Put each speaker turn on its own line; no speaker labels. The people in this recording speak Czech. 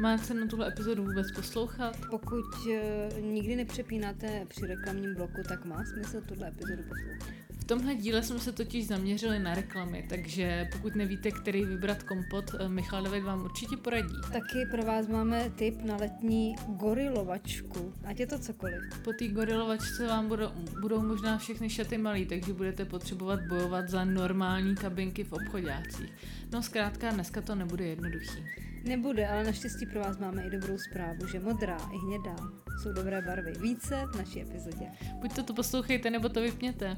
Má se na tuhle epizodu vůbec poslouchat?
Pokud eh, nikdy nepřepínáte při reklamním bloku, tak má smysl tuhle epizodu poslouchat.
V tomhle díle jsme se totiž zaměřili na reklamy, takže pokud nevíte, který vybrat kompot, eh, Michal David vám určitě poradí.
Taky pro vás máme tip na letní gorilovačku, ať je to cokoliv.
Po té gorilovačce vám budou, budou možná všechny šaty malý, takže budete potřebovat bojovat za normální kabinky v obchodácích. No zkrátka, dneska to nebude jednoduchý.
Nebude, ale naštěstí pro vás máme i dobrou zprávu, že modrá i hnědá jsou dobré barvy. Více v naší epizodě.
Buď to, to poslouchejte, nebo to vypněte.